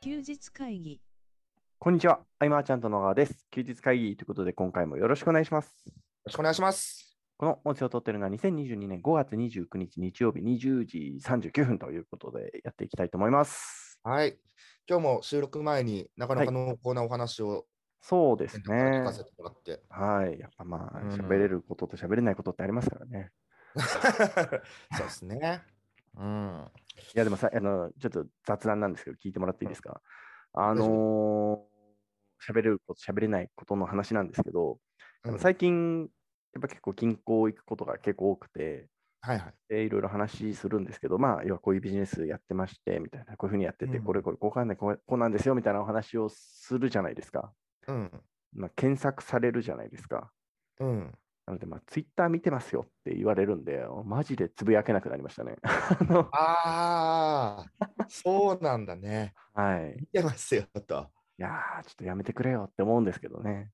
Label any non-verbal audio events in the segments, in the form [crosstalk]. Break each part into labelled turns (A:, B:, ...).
A: 休日会議
B: こんにちは、アイマーちゃんと野川です。休日会議ということで、今回もよろしくお願いします。
C: ろしくお願いします。
B: この音声を撮っているのは2022年5月29日日曜日20時39分ということでやっていきたいと思います。
C: はい。今日も収録前になかなか濃厚なお話を
B: そうです
C: 聞
B: ね
C: か。せてもらって。 [laughs]
B: はい。やっぱまあ、
C: うん
B: 喋れることと喋れないことってありますからね。
C: そうですね。うん。
B: いや、でもさ、あの、ちょっと雑談なんですけど、聞いてもらっていいですか。あのー、喋れること、喋れないことの話なんですけど、でも
C: うん
B: 最近、やっぱ結構銀行行くことが結構多くて、
C: はいはい。
B: でいろいろ話するんですけど、まあ、要はこういうビジネスやってまして、みたいな、こういうふうにやってて、
C: うん
B: これこれ、こうかんない、こうこうなんですよ、みたいなお話をするじゃないですか。
C: うん。
B: まあ、検索されるじゃないですか。
C: うん。
B: なので、まあ、ツイッター見てますよって言われるんで、マジでつぶやけなくなりましたね。 [laughs] あの
C: ああ、そうなんだね。
B: はい。
C: 見てますよと。
B: いやー、ちょっとやめてくれよって思うんですけどね。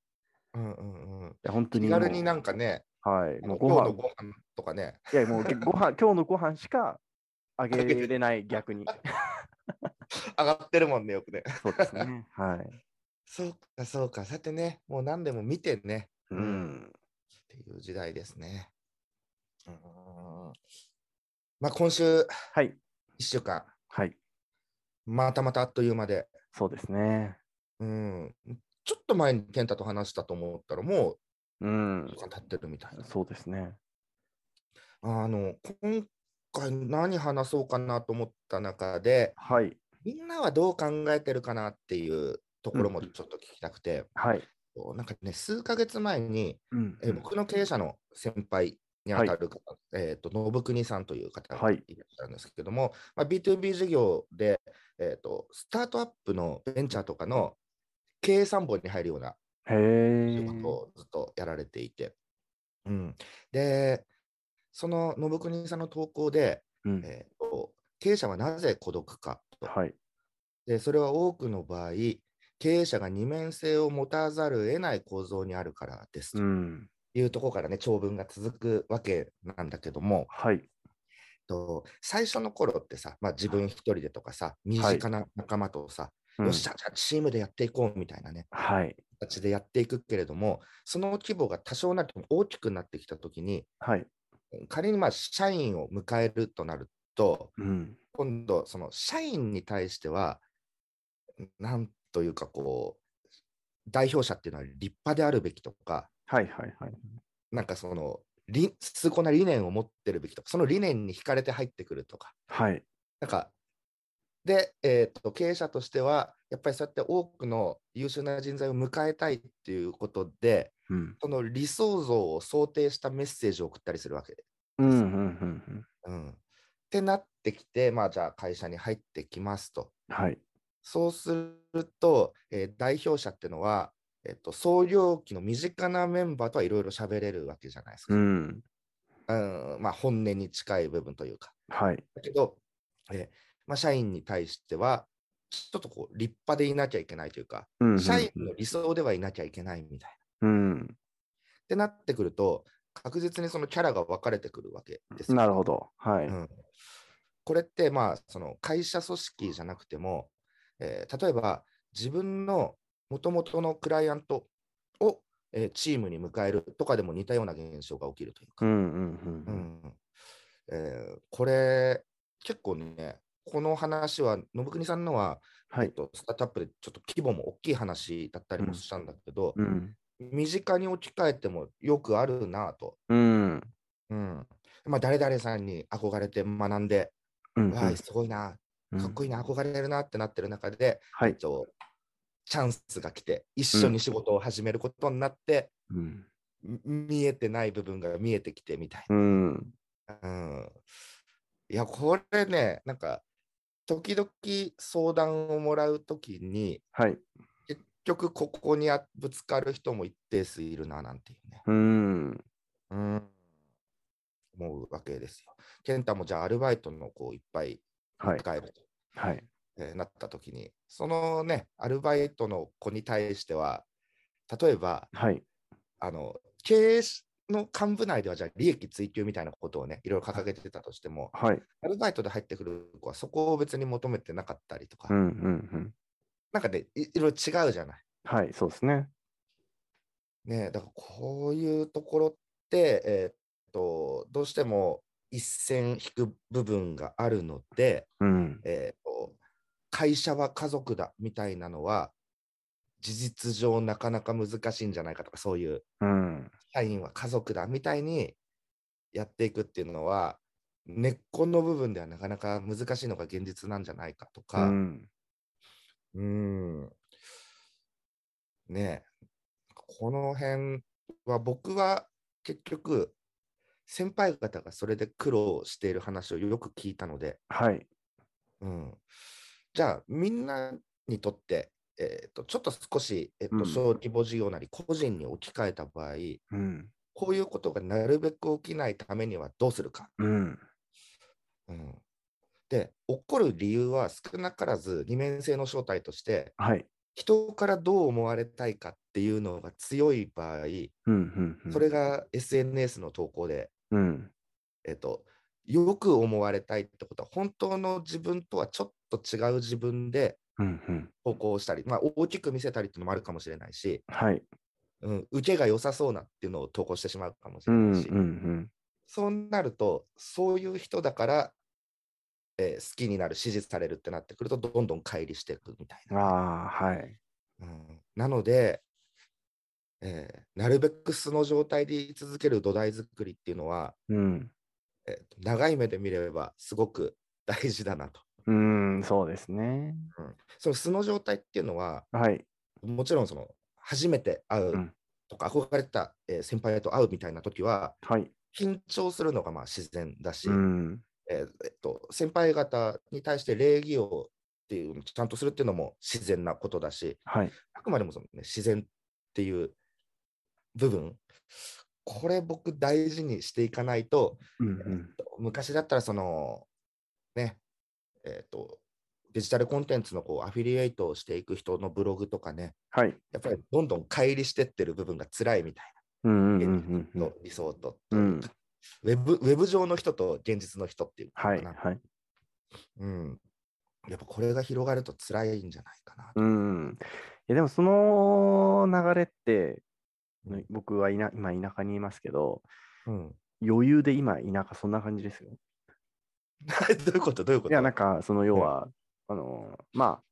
C: うんうんうん。
B: いや、本当に
C: 気
B: もう。
C: 軽になんかね、
B: はい。
C: あ
B: も
C: の
B: う
C: 今
B: ご
C: 日の
B: 飯
C: ご飯とかね。
B: いや、もうけご飯、今日のご飯しかあげれない、逆に。 [laughs]
C: 上がってるもんね、よくね。
B: そうですね。はい。
C: そうか、そうか。さてね、もう何でも見てね。
B: う。
C: うんっていう時代ですね。うんまあ、今週
B: はい。
C: 1週間、
B: はい。
C: またまたあっという間で、
B: そうですね。
C: うん、ちょっと前に健太と話したと思ったら、も
B: うん
C: う1。週間経ってるみたいな。
B: そうですね。
C: あの今回何話そうかなと思った中で、
B: はい。
C: みんなはどう考えてるかなっていうところも
B: うん
C: ちょっと聞きたくて、
B: はい。
C: なんかね、数ヶ月前に、
B: うん
C: え僕の経営者の先輩にあたる方、えー、と信国さんという方
B: は
C: が
B: い
C: いらっしゃるんですけども、まあ、B2B 事業で、えーと、スタートアップのベンチャーとかの経営参本に入るような
B: へえ
C: 仕。事をずっとやられていて、うん、で、その信国さんの投稿で、
B: うん
C: えーと、経営者はなぜ孤独かと、
B: はい。
C: で、それは多くの場合、経営者が二面性を持たざるを得ない構造にあるからですと。
B: うん。
C: いうところからね、長文が続くわけなんだけども、
B: はい。
C: と最初の頃ってさ、まあ、自分一人でとかさ、身近な仲間とさ、
B: うん
C: よっしゃ、じゃあチームでやっていこうみたいなね、
B: はい。
C: 形でやっていくけれども、その規模が多少なりとも大きくなってきたときに、
B: はい。
C: 仮にまあ社員を迎えるとなると、
B: うん。
C: 今度、その社員に対しては、なんというかこう、代表者っていうのは立派であるべきとか、
B: はいはいはい。
C: なんかその、り崇高な理念を持ってるべきとか、その理念に惹かれて入ってくるとか、
B: はい。
C: なんか、で、えーと経営者としては、やっぱりそうやって多くの優秀な人材を迎えたいっていうことで、
B: うん。
C: その理想像を想定したメッセージを送ったりするわけで。
B: うんうんうんうん。
C: うん、ってなってきて、まあ、じゃあ会社に入ってきますと。
B: はい。
C: そうすると、えー代表者ってのは、えーと、創業期の身近なメンバーとはいろいろ喋れるわけじゃないですか。
B: うん。
C: うんまあ、本音に近い部分というか。
B: はい。
C: だけど、えーまあ、社員に対しては、ちょっとこう立派でいなきゃいけないというか、
B: うん。
C: 社員の理想ではいなきゃいけないみたいな。っ
B: うん。
C: てなってくると、確実にそのキャラが分かれてくるわけですよ。
B: なるほど。はい。
C: うんこれって、まあ、その会社組織じゃなくても、えー例えば自分のもともとのクライアントを、えーチームに迎えるとかでも似たような現象が起きるというか。
B: うんうんう。
C: うんんえーこれ、結構ね、この話は、信国さんのは、
B: は
C: えっ
B: い。
C: と、スタートアップでちょっと規模も大きい話だったり
B: うん
C: もしたんだけど、
B: うん。
C: 身近に置き換えてもよくあるなぁと。
B: うん。
C: うんまあ、誰々さんに憧れて学んで、
B: うん。
C: わあ、すごいな、かっこいいな、憧れるなってなってる中で、
B: はい
C: えっ。とチャンスが来て、一緒に仕事を始めることになって、
B: うん。
C: み見えてない部分が見えてきてみたいな。
B: うん。
C: うんいや、これね、なんか、時々相談をもらうときに、
B: はい。
C: 結局ここにあぶつかる人も一定数いるな、なんていうね、
B: うん。
C: うん、思うわけですよ。健太もじゃあアルバイトの子をいっぱい
B: はい。
C: 迎えると、
B: はい。
C: えーなったときに、そのね、アルバイトの子に対しては、例えば、
B: はい。
C: あの、経営の幹部内ではじゃあ利益追求みたいなことをね、いろいろ掲げてたとしても、
B: はい。
C: アルバイトで入ってくる子はそこを別に求めてなかったりとか、
B: うんうん
C: なんかね、いいろいろ違うじゃない。
B: はい、そうですね。
C: ね、だからこういうところって、えーっと、どうしても一線引く部分があるので、
B: うん。
C: えーっと、会社は家族だみたいなのは、事実上なかなか難しいんじゃないかとか、そういう
B: うん。
C: 社員は家族だみたいにやっていくっていうのは、根っこの部分ではなかなか難しいのが現実なんじゃないかと
B: う
C: か、
B: ん。
C: うーん。ねえ。この辺は僕は結局、先輩方がそれで苦労している話をよく聞いたので、
B: はい。
C: うん。じゃあ、みんなにとって、えっと、ちょっと少し、えっ
B: うん
C: と、小規模事業なり個人に置き換えた場合、
B: うん。
C: こういうことがなるべく起きないためにはどうするか。
B: うん。
C: うん。で、起こる理由は少なからず二面性の正体として、
B: はい。
C: 人からどう思われたいかっていうのが強い場
B: うん。
C: 合、
B: うん。うん
C: それ。が SNS の投稿で、
B: うん。
C: えっと、よく思われたいってことは、本当の自分とはちょっと違う自分で
B: うん。うん。
C: 投稿したり、まあ、大きく見せたりっていうのもあるかもしれないし、
B: はい。
C: うん、受けが良さそうなっていうのを投稿してしまうかもし
B: う
C: れ
B: ん。
C: な
B: う
C: い
B: ん
C: し、。
B: うん。
C: そうなると、そういう人だから、えー好きになる、支持されるってなってくると、どんどん乖離していくみたいな。
B: ああ、はい。
C: うんなので、えーなるべく素の状態で居続ける土台作りっていうのは、
B: うん。
C: えーと長い目で見ればすごく大事だなと。
B: うん、そうですね。
C: その素の状態っていうのは、
B: はい。
C: もちろんその初めて会
B: う
C: うんとか、憧れてた、えー先輩と会うみたいな時は、
B: はい。
C: 緊張するのがまあ自然だし、
B: うん。
C: えーえっと、先輩方に対して礼儀をっていうのをちゃんとするっていうのも自然なことだし、
B: はい。
C: あくまでもその、ね、自然っていう部分、これ僕大事にしていかないと、
B: うん。う
C: えっ
B: ん。
C: と昔だったらその、ね、えっ、と、デジタルコンテンツのこうアフィリエイトをしていく人のブログとかね、
B: はい。
C: やっぱりどんどん乖離してってる部分が辛いみたい
B: うん。うん。
C: な、
B: う
C: 現
B: ん。
C: 実
B: うん
C: の。理想と、
B: うん。
C: ウェブ。ウェブ上の人と現実の人っていうのか
B: はい。
C: な、
B: はい。
C: うん。やっぱこれが広がると辛いんじゃないかなと。
B: うん。いや、でも、その流れって
C: うん、
B: 僕はいな、今田舎にいますけど。
C: うん、 [laughs]
B: 余裕で今、田舎、そんな感じですよ。
C: どういうことどういうこと
B: いや、なんか、その要
C: うん
B: は、あの、まあ、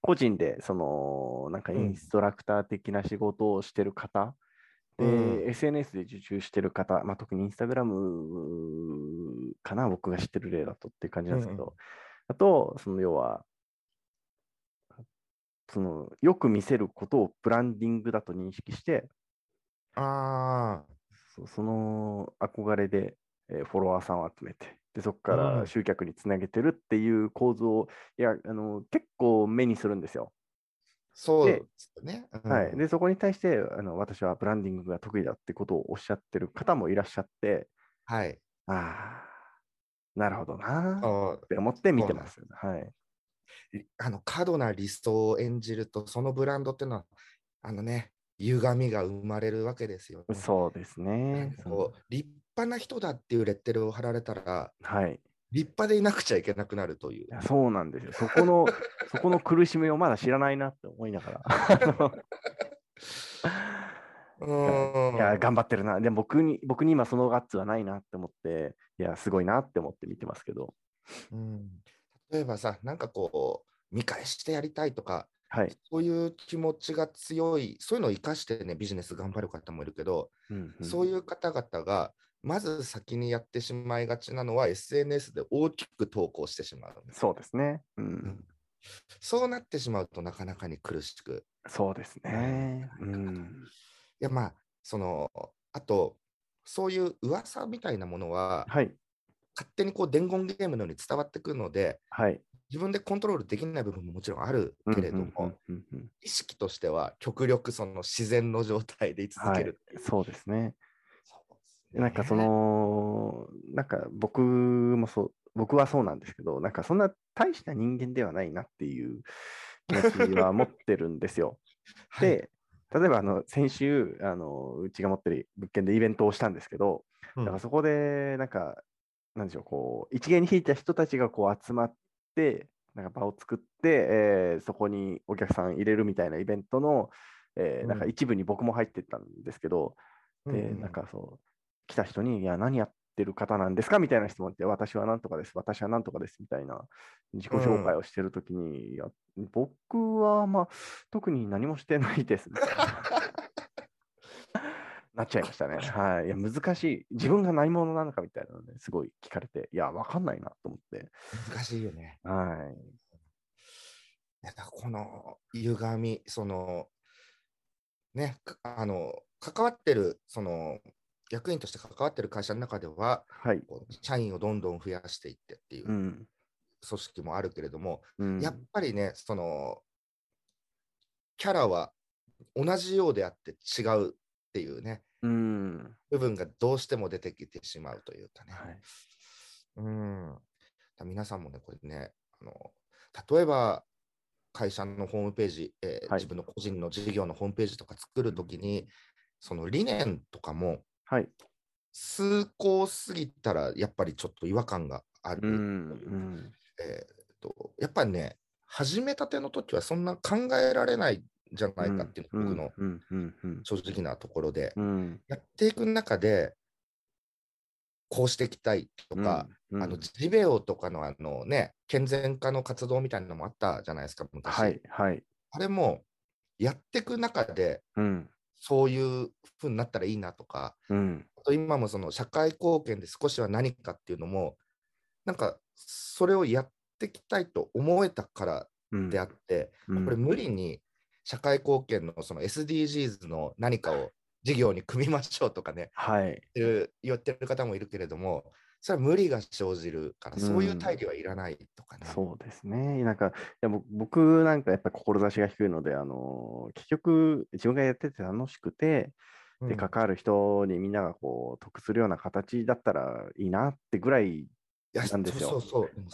B: 個人で、その、なんかイ
C: うん
B: ンストラクター的な仕事をしてる方、
C: うん
B: で、SNS で受注してる方、まあ、特にインスタグラムかな、僕が知ってる例だとっていう感じなんですけ
C: うんう
B: ど、あと、その要は、その、よく見せることをブランディングだと認識して、
C: ああ、
B: そうその憧れで、えーフォロワーさんを集めて、でそこか
C: う
B: ら
C: ん
B: 集客につなげてるっていう構造を、いやあの結構目にするんですよ。
C: そう
B: で
C: ですね。うん
B: はい、でそこに対してあの私はブランディングが得意だってことをおっしゃってる方もいらっしゃって、
C: はい。
B: ああ、なるほどなーっ
C: あ
B: て思って見てます。はい、
C: あの過度な理想を演じると、そのブランドっていうのは、あのね、歪みが生まれるわけですよね、
B: そうです
C: なん
B: ね。
C: か
B: そ
C: こ
B: の
C: う立派な人だっていうレッテルを貼られたら、
B: はい、い
C: 立派でいなくちゃいけなくなるという。
B: やそうなんですよ。そこのそこの苦しみをまだ知らないなって思いながら。あの
C: うーん
B: いや、頑張ってるな。でも僕に、僕に今そのガッツはないなって思って、いや、すごいなって思って見てますけど。
C: うん例えばさ、なんかこう、見返してやりたいとか、
B: はい。
C: そういう気持ちが強い、そういうのを生かしてね、ビジネス頑張る方もいるけど、
B: うんうん
C: そういう方々が、まず先にやってしまいがちなのは、SNS で大きく投稿してしまうんです。
B: そうですね。う
C: うん
B: ん。
C: そうなってしまうとなかなかに苦しく。
B: そうですね。うん。
C: いや、まあ、その、あと、そういう噂みたいなものは、
B: はい。
C: 勝手にこう伝言ゲームのように伝わってくるので、
B: はい。
C: 自分でコントロールできない部分ももちろんあるけれども、
B: うんうんうんうん
C: 意識としては極力その自然の状態で居続
B: は
C: け
B: い
C: る。。
B: そうですね。
C: そうですね
B: なんかそ、の、なんか僕もそう、僕はそうなんですけど、なんかそんな大した人間ではないなっていう気持ちは持ってるんですよ。
C: はい、
B: で、例えばあの先週あの、うちが持ってる物件でイベントをしたんですけど、
C: うん
B: だからそこで、なんか、なんでしょう、こう、一芸に引いた人たちがこう集まって、なんか場を作って、えーそこにお客さん入れるみたいなイベントの、えー
C: うん
B: なんか一部に僕も入ってったんですけど、
C: うん
B: で
C: うんうん
B: なんかそう来た人に「いや何やってる方なんですか?」みたいな質問って「私は何とかです私は何とかです」みたいな自己紹介をしてるときに、いや僕はまあ特に何もしてないですみた
C: [laughs]
B: いななっちゃいました
C: [laughs]
B: ね。はい、いや難しい自分が何者なのかみたいなのねすごい聞かれていや分かんないなと思って。
C: 難しいよね。
B: はい
C: だからこの歪み、その、ね、かあの、関わってる、その、役員として関わってる会社の中では、
B: はい。
C: こう社員をどんどん増やしていってっていう
B: う
C: 組
B: ん。
C: 織もあるけれども、
B: うん
C: やっぱりね、その、キャラは同じようであって違うっていうね、
B: うん。
C: 部分がどうしても出てきてしまうというかね。
B: はい。
C: うん。だから皆さんもね、これね、あの例えば会社のホームページ、えー
B: はい
C: 自分の個人の事業のホームページとか作るときに、その理念とかも、
B: はい。
C: 崇高すぎたら、やっぱりちょっと違和感がある
B: う
C: とい
B: ん。
C: う。
B: うん。
C: えーっとやっぱりね、始めたての時はそんな考えられないんじゃないかっていうのが僕の
B: うん。うん。うん。
C: 正直なところで、
B: うん。
C: やっていく中で、こうしていきたいとか、
B: うん、
C: あの
B: うん
C: ジベオとかのあのね、健全化の活動みたいなのもあったじゃないですか、昔。
B: はい。はい。
C: あれも、やっていく中で、
B: うん。
C: そういうふうになったらいいなとか、
B: うん。
C: あと今もその社会貢献で少しは何かっていうのも、なんか、それをやっていきたいと思えたから
B: うん
C: であって、
B: うん
C: これ無理に社会貢献のその SDGs の何かを事業に組みましょうとかね、
B: はい。
C: ってる言ってる方もいるけれども、それは無理が生じるから、そういう大義はいらないとかね。
B: そうですね。なんか、いや僕僕なんかやっぱり志が低いので、あのー結局自分がやってて楽しくて、
C: うん
B: で、関わる人にみんながこう、得するような形だったらいいなってぐらい
C: いや
B: なんですよ
C: そうそうそう。でも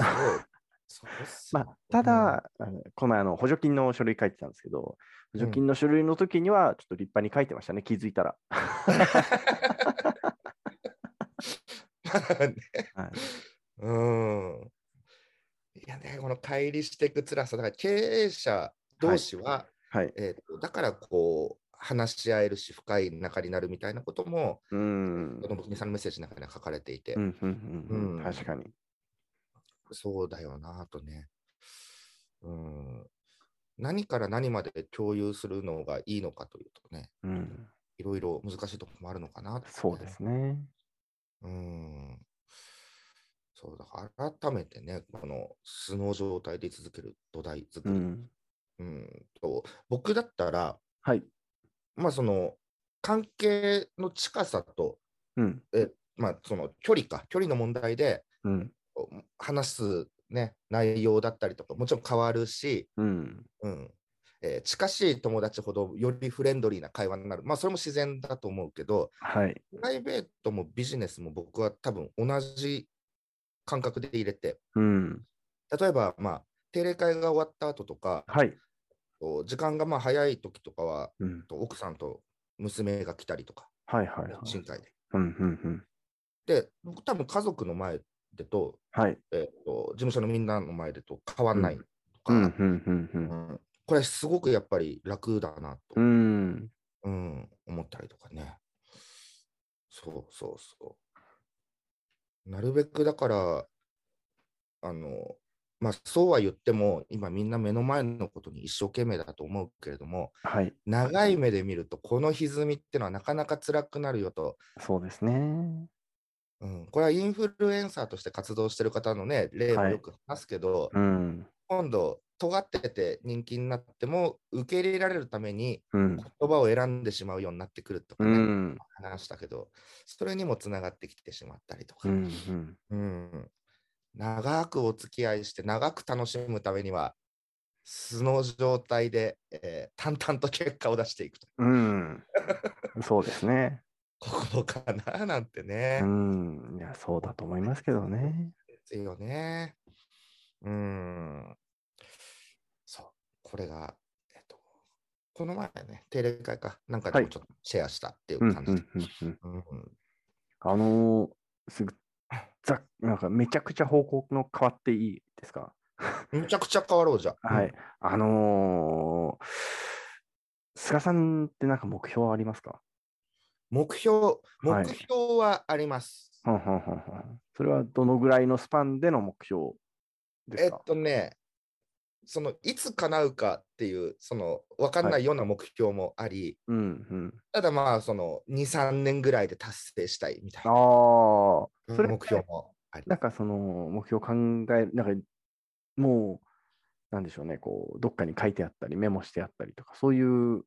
C: そうそうっす
B: ま
C: よ
B: あ、ただ、あのこの前あの補助金の書類書いてたんですけど、補助金の書類の時には、ちょっと立派に書いてましたね、気づいたら。
C: うん
B: はい、
C: [laughs] うん。いやね、この乖離していく辛さ、だから経営者同士は、
B: はい、
C: えーとだからこう、話し合えるし、深い仲になるみたいなことも、
B: うーん
C: こ。の僕にさんのメッセージの中には書かれていて、
B: うんうんうんう、
C: うんん
B: 確かに。
C: そうだよなとね。うん。何から何まで共有するのがいいのかというとね、
B: うん、
C: いろいろ難しいところもあるのかなと、
B: そうですね。
C: うん。そうだから改めてね、この素の状態で続ける土台作
B: う
C: り、
B: ん、
C: うんと僕だったら、
B: はい。
C: まあその関係の近さと、
B: うん。
C: まあその距離か、距離の問題で
B: うん。
C: こう話す、ね、内容だったりとか、もちろん変わるし、
B: うん。
C: うんえー近しい友達ほどよりフレンドリーな会話になる、まあそれも自然だと思うけど、
B: はい。
C: プライベートもビジネスも僕は多分同じ感覚で入れて、
B: うん。
C: 例えば、まあ、定例会が終わった後とか、
B: はい。
C: こう時間がまあ早い時とかは、
B: うん。
C: と奥さんと娘が来たりとか、
B: はいはいはい。
C: 新会で。
B: うんうんうん。
C: で、僕多分家族の前でと、
B: はい。
C: えっと事務所のみんなの前でと変わんないと
B: う
C: か、
B: んうんうんうん。
C: うんこれすごくやっぱり楽だな
B: う
C: と、
B: ん。
C: うん思ったりとかね。そうそうそう。なるべくだから、あの、まあそうは言っても、今みんな目の前のことに一生懸命だと思うけれども、
B: はい。
C: 長い目で見ると、この歪みってのはなかなか辛くなるよと、
B: そうですね。
C: うん、これはインフルエンサーとして活動してる方のね、例も
B: はい
C: よく話すけど、
B: うん。
C: 今度、尖ってて人気になっても、受け入れられるために
B: うん
C: 言。葉を選んでしまうようになってくるとか
B: う
C: ね。
B: ん。
C: 話したけど、それにもつながってきてしまったりとか、
B: うん。うん。
C: うん長くお付き合いして、長く楽しむためには、素の状態で、えー淡々と結果を出していくと。
B: [laughs] うん。そうですね。
C: ここかななんてね
B: う、ん、いや、そうだと思いますけどね。
C: ですよね。うん。そう、これが、えっと、この前ね、定例会かなんかで
B: は
C: も
B: い
C: ちょっとシェアしたっていう
B: うん、う
C: 感じで。
B: ん、うん、うん。
C: うん
B: あのーすぐ、ざっ、なんかめちゃくちゃ方向の変わっていいですか
C: むちゃくちゃ変わろうじゃ。
B: はい。あのー菅さんってなんか目標はありますか
C: 目標、
B: は
C: 目
B: い
C: 標はあります。
B: はんはんはんはんそれはどのぐらいのスパンでの目標です
C: えっ
B: か、
C: とね、そのいつ叶うかっていう、その分かんな
B: はい
C: ような目標もあり、
B: うんうん。
C: ただまあ、その2、3年ぐらいで達成したいみたい
B: あ
C: な
B: あ、
C: うん
B: それ
C: 目標もあり。
B: なんかその目標を考える、なんかもう、なんでしょうね、こう、どっかに書いてあったり、メモしてあったりとか、そういう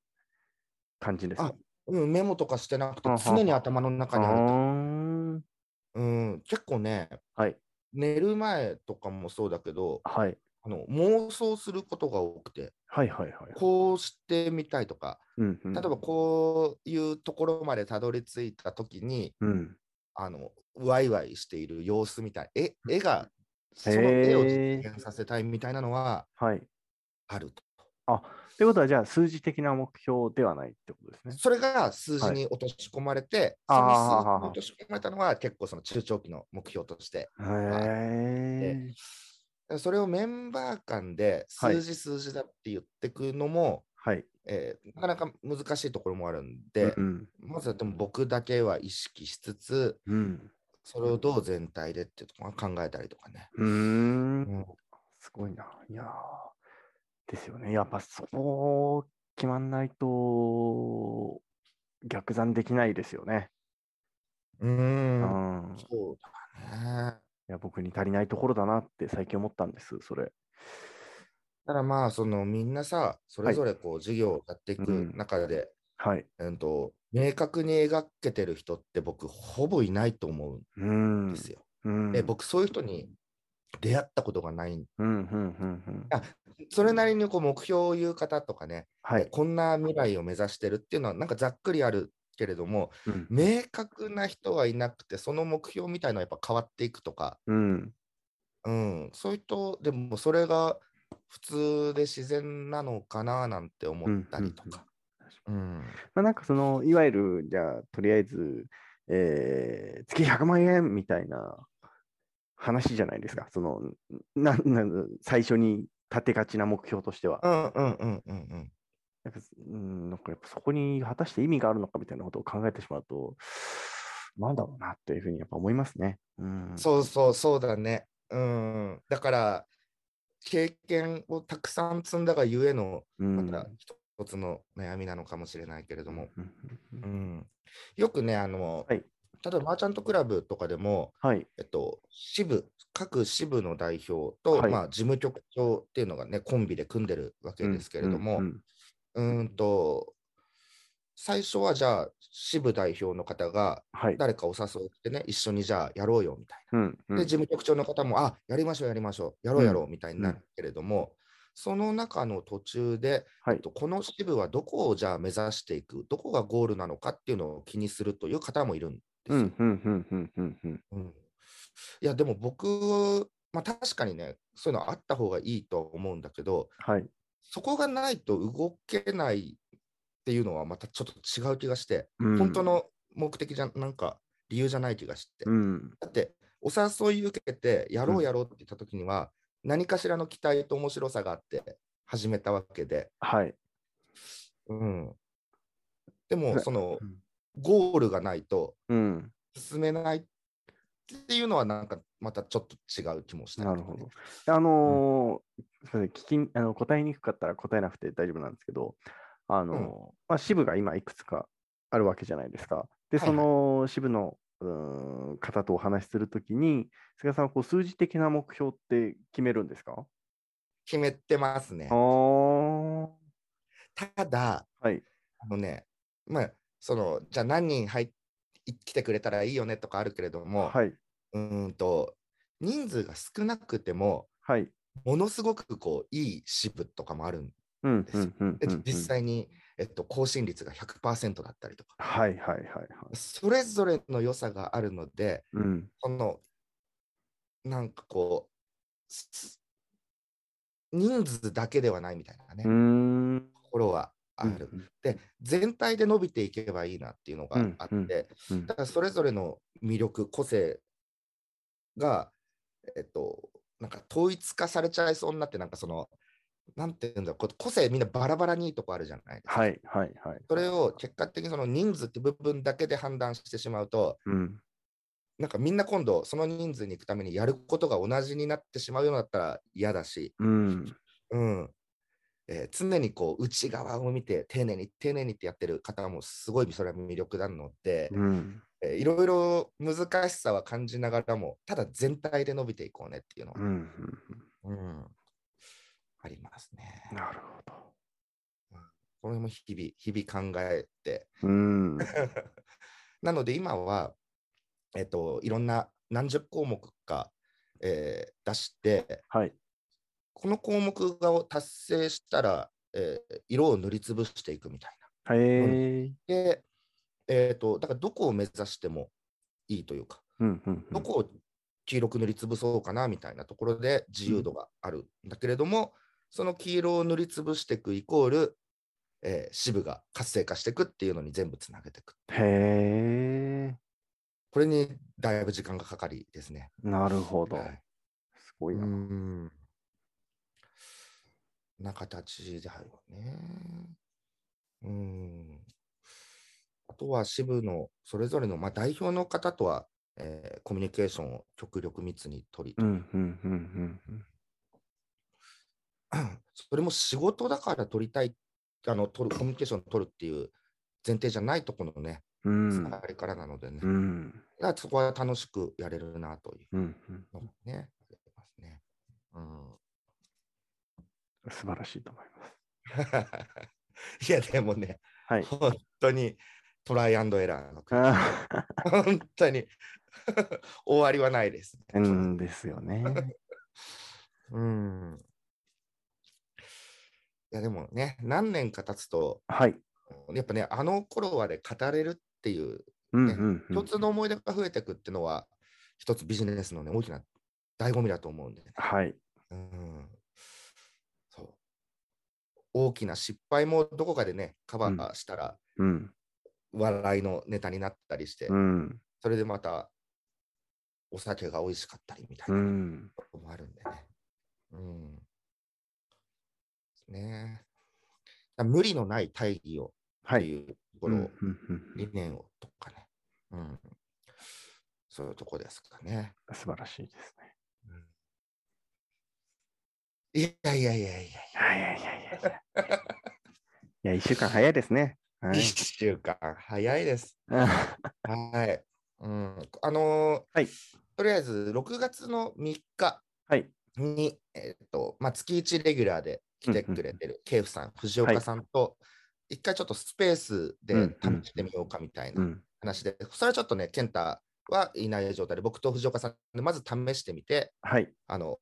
B: 感じですか
C: あうん、メモとかしてなくて
B: うんうん、
C: 常に頭の中にある
B: うー
C: と。
B: ん
C: うん、結構ね、
B: はい、
C: 寝る前とかもそうだけど、
B: はい、
C: あの妄想することが多くて、
B: はい、はい、はい。
C: こうしてみたいとか、
B: うんうん
C: 例えばこういうところまでたどり着いたときに、
B: うん。
C: あの、ワイワイしている様子みたい、絵絵が、その絵を
B: へー
C: 実現させたいみたいなのは
B: はい。
C: あると。
B: ということは、じゃあ、数字的な目標ではないってことですね。
C: それが数字
B: はい
C: に落とし込まれて、
B: あー
C: その数字
B: はは
C: に落とし込まれたのは結構その中長期の目標として、
B: へえ。
C: それをメンバー間で
B: はい
C: 数字数字だって言ってくのも、
B: はい。
C: えーなかなか難しいところもあるんで、
B: うん
C: まずはでも僕だけは意識しつつ、
B: うん。
C: それをどう全体でっていうところ考えたりとかね。
B: うん。うーん。
C: うん
B: すごいな。いやーですよね。やっぱそこ決まんないと逆算できないですよね。
C: う、
B: うんん。い
C: そうだね。
B: や、僕に足りないところだなって最近思ったんです、それ。
C: ただまあ、そのみんなさ、それぞれこう授業をやっていく
B: うん
C: 中で、
B: はい。
C: うんと、明確に描けてる人って僕、ほぼいないと思
B: う
C: うん
B: ん
C: で。すよ。
B: うん。
C: で、僕、そういう人に出会ったことがない。
B: うん、うん、うん、うん。
C: それなりにこう目標を言う方とかね、
B: は
C: え
B: い。
C: こんな未来を目指してるっていうのは、なんかざっくりあるけれども、
B: うん。
C: 明確な人はいなくて、その目標みたいのはやっぱ変わっていくとか、
B: うん。
C: うん、そういう人、でもそれが普通で自然なのかななんて思ったりとか。うん
B: まあ、なんかその、いわゆる、じゃあ、とりあえず、えー月100万円みたいな話じゃないですか。その、ななん最初に立てがちな目標としては。
C: うんうんうんうんうん。
B: なんか、うん、なんかやっぱそこに果たして意味があるのかみたいなことを考えてしまうと、なんだろうなというふうにやっぱ思いますね。うん。
C: そうそうそうだね。うん。だから、経験をたくさん積んだがゆえの、
B: うん。
C: また一つの悩みなのかもしれないけれども。
B: うんうん
C: う
B: うん
C: ん。よくね、あの、
B: はい
C: ただマーチャントクラブとかでも、
B: はい。
C: えっと、支部、各支部の代表と、
B: はい
C: まあ、事務局長っていうのがね、コンビで組んでるわけですけれども、う
B: うんん
C: んと、最初はじゃあ、支部代表の方が
B: はい。
C: 誰かお誘いしてね、一緒にじゃあやろうよみたい
B: うん。う
C: な。
B: ん
C: で、事務局長の方も、あ、やりましょう、やりましょう、やろう、やろうみたいにな
B: うん
C: るけれども、その中の途中で、
B: はい
C: えっとこの支部はどこをじゃあ目指していく、どこがゴールなのかっていうのを気にするという方もいるんで
B: う
C: すよ。
B: ん。うん。うん。うん。うん。うん。
C: うんいや、でも僕、まあ確かにね、そういうのあった方がいいと思うんだけど、
B: はい。
C: そこがないと動けないっていうのはまたちょっと違う気がして、
B: うん
C: 本当の目的じゃ、なんか理由じゃない気がして。
B: うん。
C: だって、お誘い受けて、やろ
B: うん
C: うやろうって言った時には、何かしらの期待と面白さがあって始めたわけで、
B: はい。
C: うん。で
B: そ
C: も、
B: れ
C: その、ゴールがないと、
B: うん。
C: 進めないっていうのはなんかまたちょっと違う気もしたり
B: な
C: と
B: る
C: か
B: ほ
C: ね
B: ど。。あのーすみません聞きあの答えにくかったら答えなくて大丈夫なんですけど、あのー
C: うん
B: まあ、支部が今いくつかあるわけじゃないですか。で、
C: はい
B: そ
C: はい
B: の支部の、うーん方とお話しするときに、菅さんはこう数字的な目標って決めるんですか
C: 決めてますね
B: あ。ー
C: ただ、
B: はい。
C: あのね、まあ、その、じゃあ何人入っ来てくれたらいいよねとかあるけれども、
B: はい。
C: うーんと、人数が少なくても、
B: はい。
C: ものすごくこういい支部とかもあるん
B: うん。
C: です
B: う
C: よ
B: ん。うん
C: で、
B: うん
C: 実。際に、えっと、更新率が100%だったりとか、
B: はい。はい。はい。はい。
C: それぞれの良さがあるので、
B: うん。
C: その、なんかこう、す人数だけではないみたいなね、
B: うーん。
C: ところはある。で、全体で伸びていけばいいなっていうのが
B: うん
C: あって、
B: うんうん
C: だからそれぞれの魅力、個性が、えっと、なんか統一化されちゃいそうになって、なんかその、なんていうんだろうこう、個性みんなバラバラにいいとこあるじゃないですか。
B: はいはいはい。
C: それを結果的にその人数って部分だけで判断してしまうと、
B: うん。
C: なんかみんな今度、その人数に行くためにやることが同じになってしまうようになったら嫌だし、
B: うん。
C: うんえー常にこう内側を見て、丁寧に丁寧にってやってる方もすごいそれは魅力なので、
B: うん。
C: えーいろいろ難しさは感じながらも、ただ全体で伸びていこうねっていうのは
B: うん。うん
C: うん、ありますね。
B: なるほど。
C: これも日々、日々考えて。
B: うん。
C: なので今は、えっと、いろんな何十項目か、えー出して、
B: はい。
C: この項目がを達成したら、えー色を塗りつぶしていくみたい
B: へえ。
C: な。で、えっと、だからどこを目指してもいいというか、
B: うんうんう
C: ど
B: ん。
C: こを黄色く塗りつぶそうかなみたいなところで自由度があるんだけれども、その黄色を塗りつぶしていくイコール、えー支部が活性化していくっていうのに全部つなげていく。
B: へえ。
C: これにだいぶ時間がかかりですね。
B: なるほど
C: は。い
B: すごいうな。
C: んな形だよね。うん。あとは支部のそれぞれの、まあ、代表の方とは、えーコミュニケーションを極力密に取り、
B: うんうんうんうん。
C: [clears throat] それも仕事だから取りたい、あの取るコミュニケーションを取るっていう前提じゃないところのね、
B: うん
C: つながりからなのでね、
B: う
C: だか
B: ん
C: らそこは楽しくやれるなという
B: うんうん。
C: のがね、ありますね。うん
B: 素晴らしいと思います。
C: [laughs] いや、でもね、
B: はい。
C: 本当にトライアンドエラーの国
B: あ
C: [laughs]
B: あ、
C: 本当に [laughs] 終わりはないです、
B: う
C: ね。
B: んですよね。
C: うんいや、でもね、何年か経つと、
B: はい。
C: やっぱね、あの頃はね、語れるっていう、
B: うんうんう
C: 共
B: ん。
C: 通の思い出が増えていくっていうのは、一つビジネスのね、大きな醍醐味だと思うんでね。
B: はい。
C: うんそう大きな失敗もどこかでね、カバーしたら、
B: うん。
C: 笑いのネタになったりして、
B: うん。
C: それでまたお酒が美味しかったりみたいうなこ
B: ん。
C: ともあるんでね。うん。ねえだ無理のない大義をっ
B: は
C: て
B: い。
C: いうところを、
B: うんうんうん
C: 理念をとかね。うん。そういうとこですかね。
B: 素晴らしいですね。
C: いやいやいやい
B: い
C: やい
B: やいやいやいやいや。いや、一週間早いですね。は
C: や、
B: い
C: 一。週間早いです。
B: [laughs]
C: はい。うん、あのー
B: はい
C: とりあえず6月の3日
B: はい。
C: に、えっとまあ、月1レギュラーで来てくれてるケイフさん、藤
B: は
C: 岡
B: い
C: さんと、一回ちょっとスペースで
B: うんうん。
C: 試してみようかみたいうなん話で、それはちょっとね、健太はいない状態で、僕と藤岡さんでまず試してみて、
B: はい。
C: あの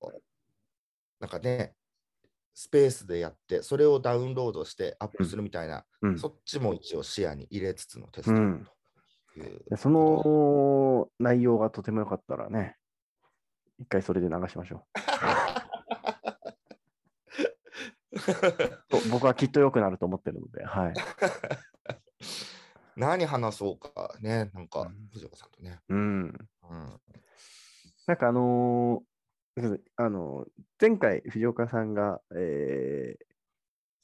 C: なんかね、スペースでやって、それをダウンロードしてアップするみたいな、
B: うん。
C: そっちも一応視野に入れつつのテストという、
B: でその内容がとても良かったらね、一回それで流しましょ
C: [laughs]
B: う。と僕はきっと良くなると思ってるので、はい。
C: 何話そうかね、なん
B: う
C: か
B: ん、
C: 藤岡さんとね。
B: うん。
C: うん
B: なんかあのーそうですあのー前回藤岡さんが、えー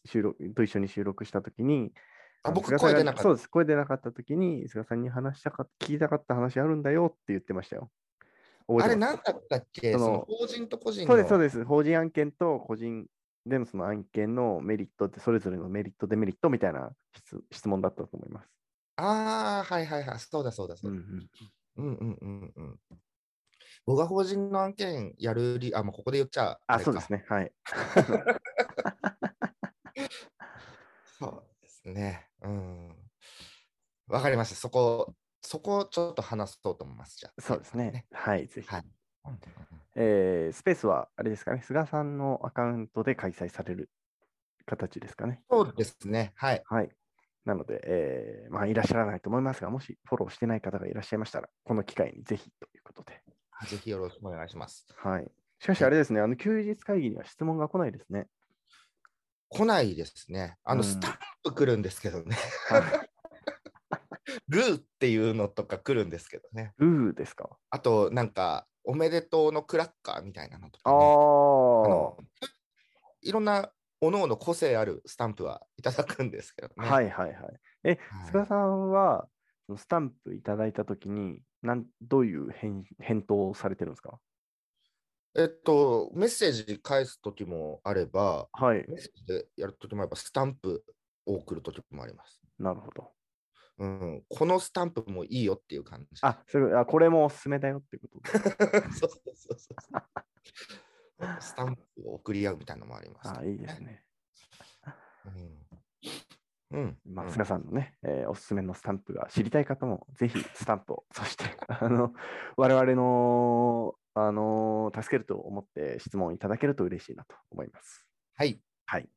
B: 収録と一緒に収録したときに、
C: あ
B: の
C: 僕、
B: 菅さん
C: 声
B: が
C: 出なか
B: そ
C: っ
B: うです、声出なかったときに、菅さんに話したか聞いたかった話あるんだよって言ってましたよ。
C: た。あ
B: 覚えて
C: れ、
B: ます
C: 何だったっけ
B: そ
C: そ
B: の
C: の法人と個人の。
B: そうです、そうです。法人案件と個人でのその案件のメリットって、それぞれのメリット、デメリットみたいな質質問だったと思います。
C: ああ、はいはいはい。そうだそうだそううだ。
B: ん
C: うんうんうんうん。僕が法人の案件やる理あ、もうここで言っちゃ
B: あ、
C: れ
B: そうで
C: か
B: す。ね。はい。
C: そうですね。うん。わかりました。そこ、そこをちょっと話そうと思います。じゃあ。
B: そうですね。。はい、ぜひ。
C: はいうんうん
B: えースペースは、あれですかね、菅さんのアカウントで開催される形ですかね。
C: うんそうですね。はい。
B: はい。なので、えーまあ、いらっしゃらないと思いますが、もしフォローしてない方がいらっしゃいましたら、この機会にぜひということで。
C: ぜひよろしくお願いします。
B: はい。しかし、あれですね、あの休日会議には質問が来ないです
C: [laughs]
B: ね。
C: 来ないですね。あの、
B: うん
C: スタンプ来るんですけどね。
B: はい
C: ルーっていうのとか来るんですけどね。
B: ルーですか
C: あと、なんか、おめでとうのクラッカーみたいなのとか、
B: あ
C: ね、あ
B: あ
C: のいろんな各々個性あるスタンプはいただくんですけどね。、
B: はいいはいはい。菅さんは、そのスタンプいただいたときに、なんどういう返返答をされてるんですか
C: えっと、メッセージ返す時もあれば、
B: はい。
C: メッセージでやる時もあれば、スタンプを送る時もあります。
B: なるほど。
C: うん、このスタンプもいいよっていう感じ。
B: あ、それあこれもおすすめだよってことで
C: [laughs] そうそうそうそう。スタンプを送り合うみたいなのもあります、
B: あいいです。ね。
C: うん。うん、
B: ま
C: う
B: あ、
C: ん
B: 菅さんのね、えーおすすめのスタンプが知りたい方も、ぜひスタンプを、そして、 [laughs] あの、我々の、あの、助けると思って質問いただけると嬉しいなと思います。
C: はい。
B: はい。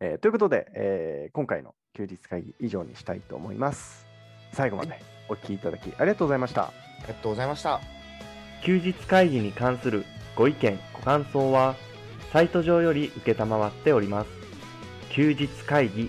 B: えーということで、えー今回の休日会議以上にしたいと思います。最後までお聞きいただきありがとうございました。
C: ありがとうございました。
A: 休日会議に関するご意見ご感想はサイト上より承っております休日会議